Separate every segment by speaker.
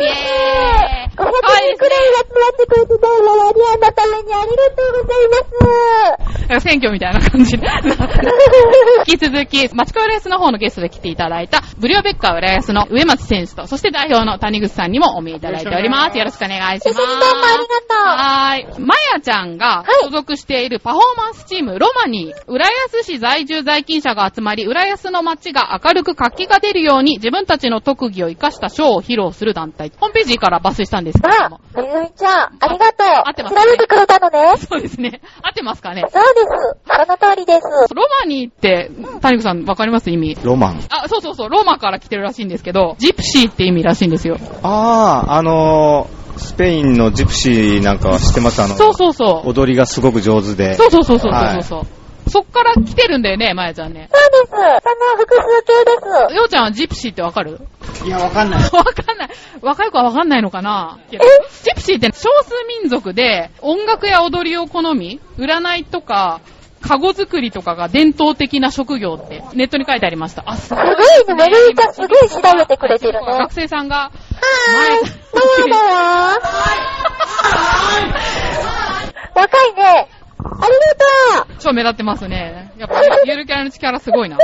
Speaker 1: イエーイ。
Speaker 2: こ
Speaker 1: か
Speaker 2: んな
Speaker 1: わい
Speaker 2: に
Speaker 1: い
Speaker 2: クレイが集まってくれてどうもラリアンのためにありがとうございます。
Speaker 1: ですね。選挙みたいな感じ。 引き続き、町川浦安の方のゲストで来ていただいた、ブリオベッカー浦安の上松選手と、そして代表の谷口さんにもお見えいただいております。よろしくお願いし
Speaker 2: ど
Speaker 1: ま
Speaker 2: う
Speaker 1: す。
Speaker 2: もありがと
Speaker 1: は
Speaker 2: う。
Speaker 1: ーい。まやちゃんが所属しているパフォーマンスチーム、ロマニー。浦安市在住在勤者が集まり、浦安の街が明るく活気が出るように自分たちの特技を活かしたショーを披露する団体。ホームページから抜粋したんですけれども。
Speaker 2: あ、めぐみちゃん、ありがとう。
Speaker 1: 合ってますね
Speaker 2: 調べてくれたのね。
Speaker 1: そうですね。合ってますかね
Speaker 2: そうです。その通りです。
Speaker 1: ロマニーって、谷口さんわかります意味。
Speaker 3: ロマン。
Speaker 1: あ、そうそうそう、ローマから来てるらしいんですけど、ジプシーって意味らしいんですよ。
Speaker 3: ああ、あのー、スペインのジプシーなんかは知ってますあの、
Speaker 1: そうそうそう。
Speaker 3: 踊りがすごく上手で。
Speaker 1: そうそうそうそう
Speaker 3: は
Speaker 1: そ
Speaker 3: いう
Speaker 1: そう。そっから来てるんだよね、まやちゃんね。
Speaker 2: そうです。その複数形です。
Speaker 1: ようちゃんはジプシーってわかる
Speaker 3: いや、わかんない。
Speaker 1: わかんない。若い子はわかんないのかなジプシーって少数民族で、音楽や踊りを好み、占いとか、カゴ作りとかが伝統的な職業ってネットに書いてありました。あ、すごいですね。
Speaker 2: すごいねめぐみちゃんすごい調べてくれてるね
Speaker 1: 学生さんが、
Speaker 2: はーい。
Speaker 1: 前
Speaker 2: どうだわ若いね。ありがとう。
Speaker 1: 超目立ってますね。やっぱ、ゆるキャラの力すごいな。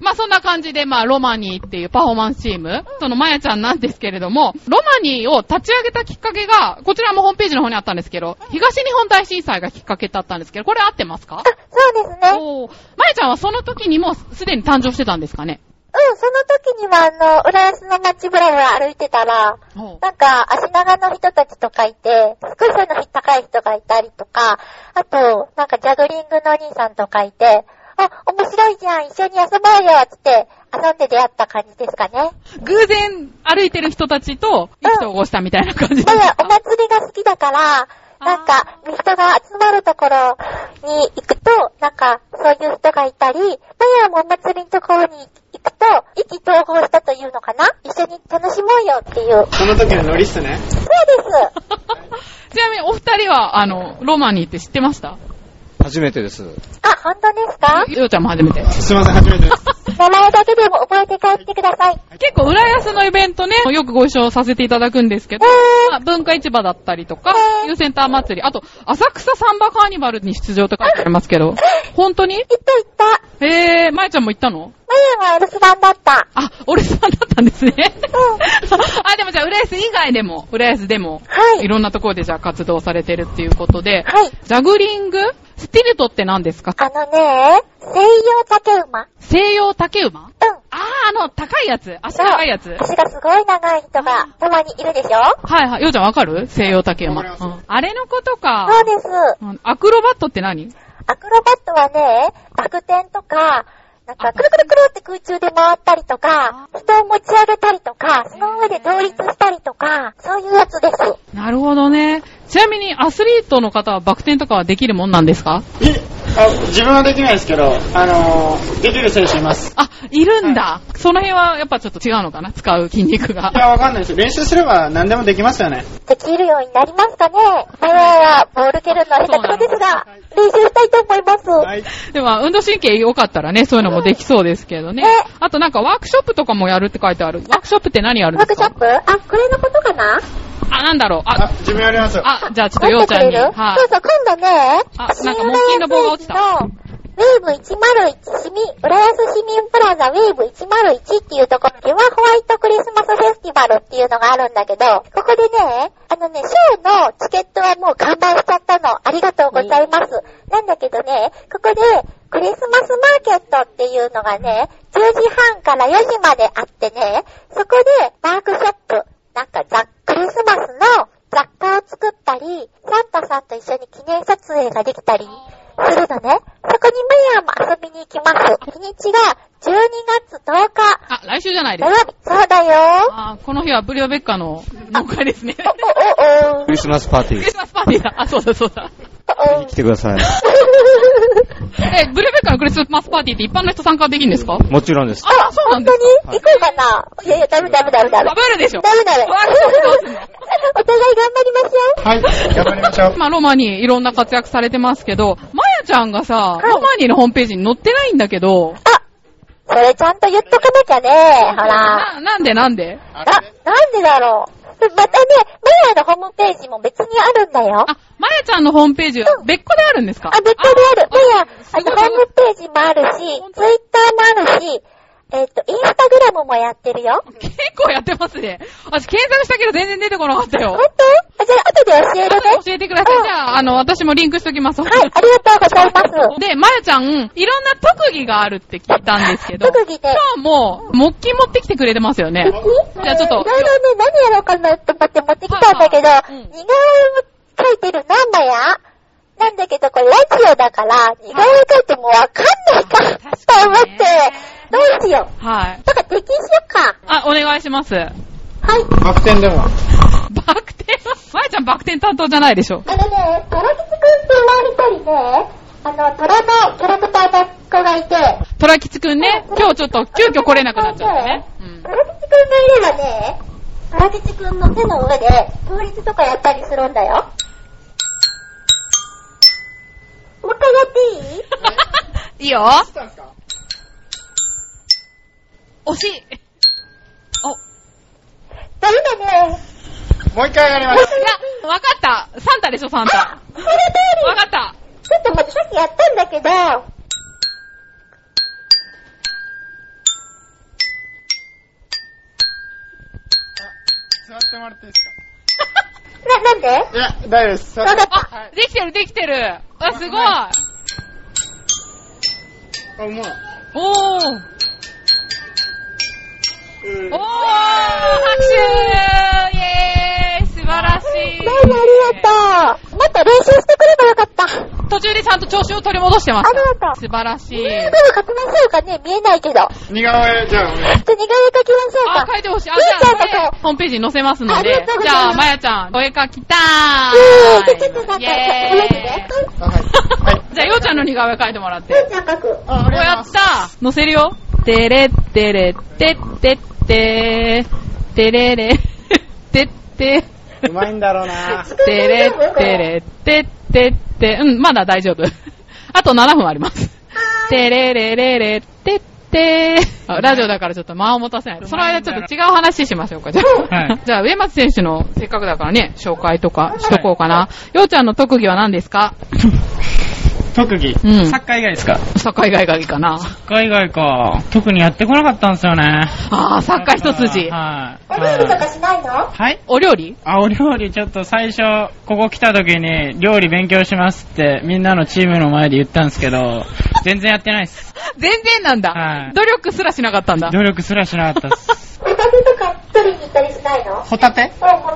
Speaker 1: まあそんな感じで、まあロマニーっていうパフォーマンスチーム、そのまやちゃんなんですけれども、ロマニーを立ち上げたきっかけが、こちらもホームページの方にあったんですけど、東日本大震災がきっかけだったんですけど、これ合ってますか
Speaker 2: あ、そうですね。
Speaker 1: おーまやちゃんはその時にもうすでに誕生してたんですかね
Speaker 2: うん、その時にはあの、浦安の街ぶらぶら歩いてたら、
Speaker 1: おー
Speaker 2: なんか、足長の人たちとかいて、すごい背の高い人がいたりとか、あと、なんかジャグリングのお兄さんとかいて、あ、面白いじゃん、一緒に遊ぼうよ、つって、遊んで出会った感じですかね。
Speaker 1: 偶然歩いてる人たちと意気投合したみたいな感じです
Speaker 2: ただ、お
Speaker 1: か
Speaker 2: 祭りが好きだから、なんか、人が集まるところに行くと、なんか、そういう人がいたり、マヤもお祭りのところに行くと、意気投合したというのかな一緒に楽しもうよっていう。
Speaker 4: その時のノリっすね。
Speaker 2: そうです。
Speaker 1: ちなみにお二人は、あの、ロマニーって知ってました
Speaker 3: 初めてです。
Speaker 2: あ、本当ですか
Speaker 1: ようちゃんも初めて。
Speaker 4: すいません、初めてです。
Speaker 2: 名前だけでも覚えて帰ってください。
Speaker 1: 結構、浦安のイベントね、よくご一緒させていただくんですけど、まあ文化市場だったりとか、ユーセンター祭り、あと、浅草サンバカーニバルに出場とか書いてありますけど、本当に
Speaker 2: 行った行った。
Speaker 1: えー、まやちゃんも行ったの
Speaker 2: マヤがお留守番だった。
Speaker 1: あ、俺さんだったんですね。
Speaker 2: うん。
Speaker 1: あ、でもじゃあ、浦安以外でも、浦安でも、
Speaker 2: はい
Speaker 1: い。ろんなところでじゃあ活動されてるっていうことで、
Speaker 2: はい。
Speaker 1: ジャグリングスティルトって何ですか
Speaker 2: あのね、西洋竹馬。うん。
Speaker 1: 西洋竹馬あー、あの、高いやつ。足高いやつ。
Speaker 2: 足がすごい長い人がたまにいるでしょ
Speaker 1: はいはい。ようちゃんわかる西洋竹馬。
Speaker 4: わかります
Speaker 1: うんあれのことか。
Speaker 2: そうです。
Speaker 1: うんアクロバットって何
Speaker 2: アクロバットはね、バク転とか、なんか、くるくるくるって空中で回ったりとか、人を持ち上げたりとか、その上で倒立したりとか、そういうやつです。
Speaker 1: なるほどね。ちなみにアスリートの方はバク転とかはできるもんなんですか
Speaker 4: いあ自分はできないですけど、あのー、できる選手います。
Speaker 1: あ、いるんだ。その辺はやっぱちょっと違うのかな使う筋肉
Speaker 4: い
Speaker 1: が。
Speaker 4: や、わかんないです。練習すれば何でもできますよね。
Speaker 2: できるようになりますかねパワーはボール蹴るの下手くそですが、練習したいと思います。
Speaker 4: はい。
Speaker 1: でも運動神経良かったらね、そういうのもできそうですけどね
Speaker 2: ね。
Speaker 1: あとなんかワークショップとかもやるって書いてある。ワークショップって何やるん
Speaker 2: ワー
Speaker 1: で
Speaker 2: ク
Speaker 1: す
Speaker 2: ショッ
Speaker 1: か
Speaker 2: プあ、これのことかな
Speaker 1: あ、なんだろう。
Speaker 4: あ
Speaker 1: あ、、
Speaker 4: 自分やりますよ。
Speaker 1: あ、じゃあちょっとようちゃんに。
Speaker 2: 持ってくれる
Speaker 1: は
Speaker 2: そう
Speaker 1: い。
Speaker 2: そう、今度ね、
Speaker 1: あなんか木琴の棒が落ちた
Speaker 2: ウェーブ101市民、浦安市民プラザウェーブ101っていうところではホワイトクリスマスフェスティバルっていうのがあるんだけど、ここでね、あのね、ショーのチケットはもう完売しちゃったの。ありがとうございます。なんだけどね、ここでクリスマスマーケットっていうのがね、10時半から4時まであってね、そこでワークショップ、なんかザ・クリスマスの雑貨を作ったり、サンタさんと一緒に記念撮影ができたりするのね。そこにマヤも遊びに行きます。日にちが12月10日、
Speaker 1: あ、来週じゃないで
Speaker 2: 土
Speaker 1: すか。
Speaker 2: 曜日、そうだよ。
Speaker 1: あーこの日はブリオベッカの納会ですね。
Speaker 2: お
Speaker 1: ク
Speaker 2: おおお
Speaker 3: クリスマスパーティ
Speaker 1: リスマスパーティーだ。あ、そうだそうだ。
Speaker 2: お
Speaker 3: ー
Speaker 2: お
Speaker 3: に来てください。
Speaker 1: え、ブリオベッカのクリスマスパーティーって一般の人参加できるんですか
Speaker 3: もちろんです。
Speaker 1: あ、そうなん
Speaker 2: 本
Speaker 1: で
Speaker 2: 当
Speaker 1: す
Speaker 2: に行こうかな。いやいや、ダメダメダメダメ。
Speaker 1: か。
Speaker 2: ダ
Speaker 1: 食べるでしょ。
Speaker 2: メダメ。お互い頑張りましょう。
Speaker 4: はい、頑張りましょう。
Speaker 1: まあ、ロマニーいろんな活躍されてますけど、まやちゃんがさ、
Speaker 2: い
Speaker 1: ロマニーのホームページに載ってないんだけど、
Speaker 2: あ、それちゃんと言っとかなきゃね。ほら。
Speaker 1: な、なんでなんで
Speaker 2: あ、なんでだろう。またね、マヤのホームページも別にあるんだよ。
Speaker 1: あ、まやちゃんのホームページ、
Speaker 2: うん
Speaker 1: 別個であるんですか
Speaker 2: あ、別途である。マヤ、あの、ホームページもあるし、ツイッ
Speaker 1: 本
Speaker 2: タ
Speaker 1: 当に
Speaker 2: ーもあるし、えっ、と、インスタグラムもやってるよ。
Speaker 1: 結構やってますね。私検索したけど全然出てこなかった
Speaker 2: 本
Speaker 1: よ。
Speaker 2: 当あじゃあ、後で教えるね。
Speaker 1: 教えてくださ
Speaker 2: う
Speaker 1: い。
Speaker 2: ん
Speaker 1: じゃあ、あの、私もリンクしときます。
Speaker 2: はい、ありがとうございます。
Speaker 1: で、まやちゃん、いろんな特技があるって聞いたんですけど、
Speaker 2: 特技ね
Speaker 1: 今日も、木琴持ってきてくれてますよね。じゃあちょっと
Speaker 2: いろいろね、何やろうかなと思って持ってきたんだけど
Speaker 1: はいはいうん、
Speaker 2: 似顔絵を描いてるな、マヤ。なんだけど、これラジオだから、似顔絵描いてもわかんないか、と思って、どうしよう。
Speaker 1: はい。
Speaker 2: だから、適しようか。
Speaker 1: あ、お願いします。
Speaker 2: はい。
Speaker 4: バク転でも。
Speaker 1: バク転は、まやちゃんバク転担当じゃないでしょ。
Speaker 2: あのね、トラキツくんっていう一人ね、あの、トラのキャラクターの子がいて、
Speaker 1: トラキチくんね、今日ちょっと急遽来れなくなっちゃったね。うん
Speaker 2: ト。ラキツくんがいればね、トラキツくんの手の上で、倒立とかやったりするんだよ。もう一回やっていい
Speaker 1: いいよ。惜しい。お、い
Speaker 2: ダメだね。
Speaker 4: もう一回上がりましょ
Speaker 1: や、わかった。サンタでしょ、サンタ。
Speaker 2: あ
Speaker 1: わ
Speaker 2: その通り
Speaker 1: かった。
Speaker 2: ちょっと待って、さっきやったんだけど、
Speaker 4: う。座ってもらっていいです
Speaker 2: な、なんで
Speaker 4: かいや、大丈夫です。座っ
Speaker 2: わかった。
Speaker 1: あ、できてる、できてる。あ、すごい。
Speaker 4: て。あ、もう。
Speaker 1: おー。
Speaker 4: うん
Speaker 1: おー拍手イェーイ素晴らしい
Speaker 2: どうもありがとう。もっと練習してくればよかった。す
Speaker 1: 途中でちゃんと調子を取り戻してました。
Speaker 2: ありがとう
Speaker 1: 素晴らしい。
Speaker 2: ぐ確認しようかね、見えないけど。
Speaker 4: 似顔絵、じゃあお願いします
Speaker 2: ちょっと似顔絵描きましょうか。
Speaker 1: あ、書いてほしい。あ、
Speaker 2: みーち
Speaker 1: じ
Speaker 2: ゃ
Speaker 1: ゃあ、
Speaker 2: んだ
Speaker 1: こ
Speaker 2: け
Speaker 1: れ、ホームページに載せますの
Speaker 2: ありが
Speaker 1: で
Speaker 2: とう。ご
Speaker 1: じ
Speaker 2: ざいます
Speaker 1: ゃあ、まやちゃん、お絵描きた
Speaker 2: え
Speaker 1: ー
Speaker 2: ー
Speaker 1: い。
Speaker 2: ちょちょっと待って、
Speaker 1: イェーイ
Speaker 2: ちょっと待って。
Speaker 4: あはい。はい。
Speaker 1: じゃあ、ようちゃんの似顔絵描いてもらって。
Speaker 2: ふーちゃん描く。
Speaker 4: あ、あ
Speaker 1: こ
Speaker 4: りがと
Speaker 1: う
Speaker 4: うござい
Speaker 1: や
Speaker 4: ま
Speaker 1: っ
Speaker 4: す。
Speaker 1: た載せるよ。てれってれってってっててれれってって
Speaker 4: うまいんだろうな
Speaker 1: てれってれってってってうん、まだ大丈夫。 あと7分あります。てれれれれってってあラジオだからちょっと間を持たせない。その間ちょっと違う話しましょうか、じゃあ。
Speaker 4: はい
Speaker 1: じゃあ、上松選手のせっかくだからね、紹介とかしとこうかな。ようちゃんの特技は何です か
Speaker 5: 特技、
Speaker 1: うん
Speaker 5: サッカー以外ですかサ
Speaker 1: サッカー以外がいいかな。
Speaker 5: ッカー以外か。特にやってこなかったんですよね。
Speaker 1: あー、サッカー一筋。
Speaker 5: はい。
Speaker 2: お料理と
Speaker 5: はい
Speaker 2: かしないの
Speaker 5: はい
Speaker 1: お料理
Speaker 5: あ、お料理ちょっと最初、ここ来た時に料理勉強しますってみんなのチームの前で言ったんですけど、全然やってないっす。
Speaker 1: 全然なんだ。
Speaker 5: はい
Speaker 1: 努力すらしなかったんだ。
Speaker 5: 努力すらしなかったっす。
Speaker 2: ホタテとか取りに行ったりしないの
Speaker 4: ホタテ
Speaker 2: うん、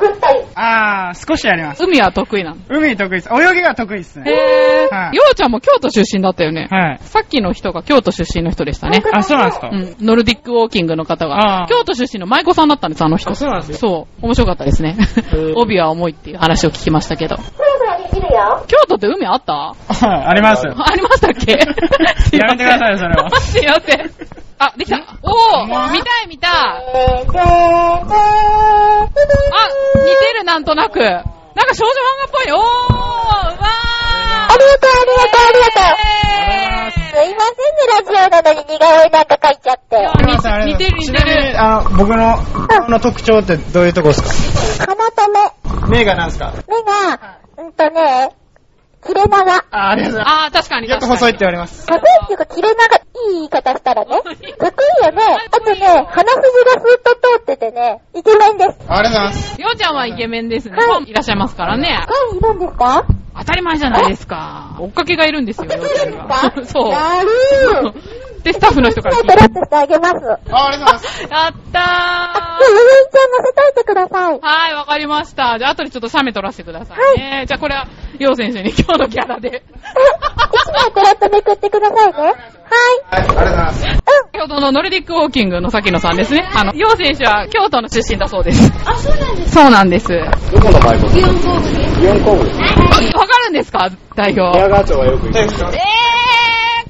Speaker 2: 潜ったり。
Speaker 5: あー、少しやります。
Speaker 1: 海は得意なの。
Speaker 5: 海得意っす。泳ぎが得意っす
Speaker 1: へ
Speaker 5: ね。
Speaker 1: え。
Speaker 5: はい
Speaker 1: ようちゃんも京都出身だったよね。
Speaker 5: はい。
Speaker 1: さっきの人が京都出身の人でしたね。
Speaker 5: あ、そうなんですか、
Speaker 1: うん、ノルディックウォーキングの方
Speaker 5: あ
Speaker 1: が、
Speaker 5: ー
Speaker 1: 京都出身の舞妓さんだったんです、あの人。
Speaker 5: あそうなんです
Speaker 1: そう。面白かったですね。帯は重いっていう話を聞きましたけど。
Speaker 2: そろそろできるよ。
Speaker 1: 京都って海あった
Speaker 5: はいあります。
Speaker 1: ありましたっけ
Speaker 5: やめてくださいそれは
Speaker 1: すいません。あ、できた。おー、見たい見たい。あ、
Speaker 2: えー、
Speaker 1: 似
Speaker 2: でーでーでーでー
Speaker 1: てるなんとなく。なんか少女漫画っぽい。おー、うわ
Speaker 2: あり
Speaker 1: ー。
Speaker 2: がとう、あ
Speaker 1: え
Speaker 2: りがとう、ありがとう。
Speaker 1: ー
Speaker 2: すいませんね、ラジオなのに似顔絵なんか描いちゃって。
Speaker 1: いや
Speaker 4: ありがとうございます
Speaker 1: 似てる似
Speaker 4: ち
Speaker 1: て
Speaker 4: なみに、
Speaker 1: る。
Speaker 4: あの、僕の、顔の特徴ってどういうとこですか
Speaker 2: 鼻と目。
Speaker 4: 目が何ですか
Speaker 2: 目が、うんとね、切れ長。
Speaker 4: あ、ありがとうございま
Speaker 1: あー、確かに
Speaker 4: す。よ
Speaker 1: 確
Speaker 4: く
Speaker 1: かに。
Speaker 4: 細いって言われます。
Speaker 2: かっこいいっていうか、切れ長、いい言い方したらね。かっこいいよね。あとね、鼻筋がスーッと通っててね、イケメンで
Speaker 4: ありが
Speaker 2: す。
Speaker 4: とうございます。
Speaker 1: ようちゃんはイケメンですね。
Speaker 2: はい
Speaker 1: ファンいらっしゃいますからね。
Speaker 2: 何いるんですか
Speaker 1: 当たり前じゃないですか。追っかけがいるんですよ、ようちゃん
Speaker 2: か
Speaker 1: が。そう。
Speaker 2: なる
Speaker 1: で、スタッフの人
Speaker 2: ー。
Speaker 1: から
Speaker 2: も
Speaker 1: 聞
Speaker 2: う
Speaker 1: い
Speaker 2: トラ
Speaker 1: て
Speaker 2: ップしてあげます。
Speaker 4: あ、ありがとうございます。
Speaker 1: やった
Speaker 2: あ、じゃあ、ゆゆいちゃん乗せといてください
Speaker 1: ー。。はい、わかりました。じゃあ、後でちょっと写メ撮らせてくださいね。じゃあ、これは、よう選手に 今日のキャラで。
Speaker 2: 一枚トラップめくってくださいね。はい。
Speaker 4: はい、ありがとうございます。
Speaker 1: 先ほどのの、ノルディックウォーキングのさきのさんですね。あの、楊選手は京都の出身だそうです。
Speaker 6: あ、そうなんです。
Speaker 1: そうなんです。わ
Speaker 5: どこのバイブ
Speaker 6: イオン工具です。
Speaker 5: イオン工具です。
Speaker 1: かるんですか代表。
Speaker 5: 宮川町はよく行きます。
Speaker 1: え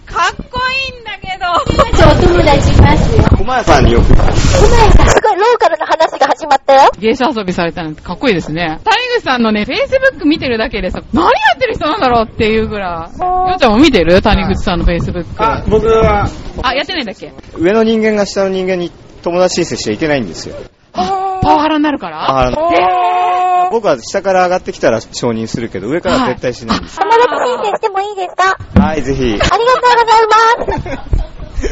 Speaker 1: ー、かっこいいんだけ
Speaker 6: 今
Speaker 1: ど。
Speaker 6: ちょっとお友達いますよ。
Speaker 3: 小前さんによく
Speaker 2: すごいローカルの話が始まったよ。
Speaker 1: 芸者遊びされたなんてかっこいいですね。谷口さんのね、Facebook 見てるだけでさ、何やってる人なんだろうっていうぐらい。ようちゃんも見てる谷口さんの Facebook。
Speaker 5: あ、 僕は、
Speaker 1: あ、やってないんだっけ
Speaker 3: 上の人間が下の人間に友達申請しちゃいけないんですよ。
Speaker 1: あパワハラになるから
Speaker 3: あの僕は下から上がってきたら承認するけど、上からは絶対しないんです。
Speaker 2: 友達申請してもいいですかあ
Speaker 3: はい、ぜひ。
Speaker 2: りがとうございます。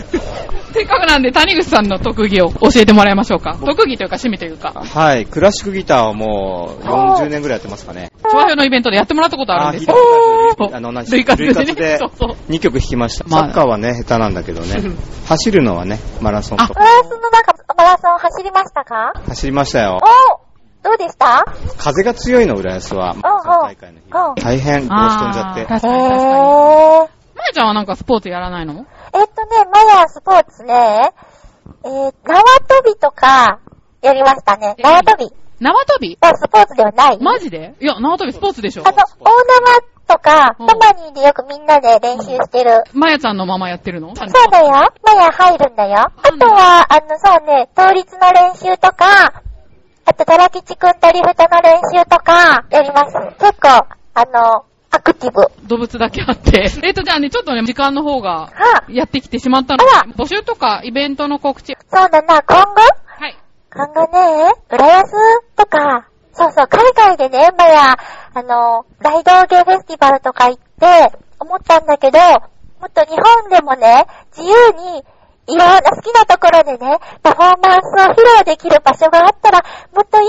Speaker 1: せっかくなんで谷口さんの特技を教えてもらいましょうか。特技というか趣味というか、
Speaker 3: はい、クラシックギターをもう40年ぐらいやってますかね。
Speaker 1: 調和表のイベントでやってもらったことあるんですよ。
Speaker 3: ああの、同じ
Speaker 1: 類活でね
Speaker 3: で
Speaker 1: そうそう
Speaker 3: 2曲弾きました。
Speaker 1: まあ
Speaker 3: サッカーはね、下手なんだけどね。走るのはね、マラソンと
Speaker 2: フ
Speaker 3: か。
Speaker 2: ランスの中、マラソン走りましたか
Speaker 3: 走りましたよ。
Speaker 2: おどうでした
Speaker 3: 風が強いの、浦安は。マラソン大会の日は
Speaker 2: うんうん
Speaker 3: 大変、帽子飛んじゃっ
Speaker 1: あー
Speaker 3: て。
Speaker 1: 確か
Speaker 2: え
Speaker 1: に確かに。
Speaker 2: ー。
Speaker 1: まやちゃんはなんかスポーツやらないの
Speaker 2: えっとね、マヤースポーツね、えー、縄跳びとか、やりましたね。
Speaker 1: え
Speaker 2: 縄跳び
Speaker 1: 縄跳び
Speaker 2: はスポーツではない。
Speaker 1: マジでいや、縄跳びスポーツでしょ
Speaker 2: あの、大縄とか、
Speaker 1: うん
Speaker 2: トマニーでよくみんなで練習してる。
Speaker 1: まやちゃんのままやってるの
Speaker 2: そうだよ。マヤー入るんだよ。あとは、あの、そうね、倒立の練習とか、あと、たらきちくんとリフトの練習とか、やります。結構、あの、アクティブ。は
Speaker 1: 動物だけあって。えっと、じゃあね、ちょっとね、時間の方が
Speaker 2: あ、
Speaker 1: やってきてしまったの
Speaker 2: あら
Speaker 1: で、募集とかイベントの告知。
Speaker 2: そうだな、今後
Speaker 1: はい。
Speaker 2: 今後ね、浦安とか、そうそう、海外でね、まや、あの、大道芸フェスティバルとか行って、思ったんだけど、もっと日本でもね、自由に、いろんな好きなところでね、パフォーマンスを披露できる場所があったら、もっといい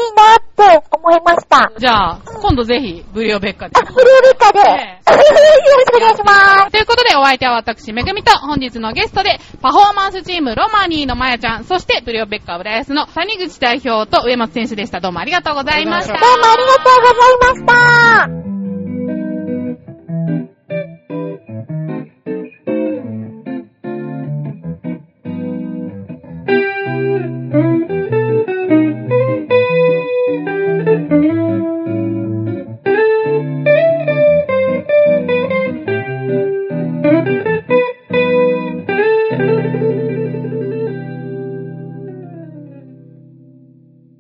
Speaker 2: なって思いました。あ、
Speaker 1: じゃあ、今度ぜひ、ブリオベッカで。
Speaker 2: フリービッカで、
Speaker 1: ね
Speaker 2: よろしくお願いします。
Speaker 1: ということで、お相手は私、めぐみと、本日のゲストで、パフォーマンスチーム、ロマニーのまやちゃん、そして、ブリオベッカ浦安の谷口代表と上松選手でした。どうもありがとうございました。
Speaker 2: どうもありがとうございました。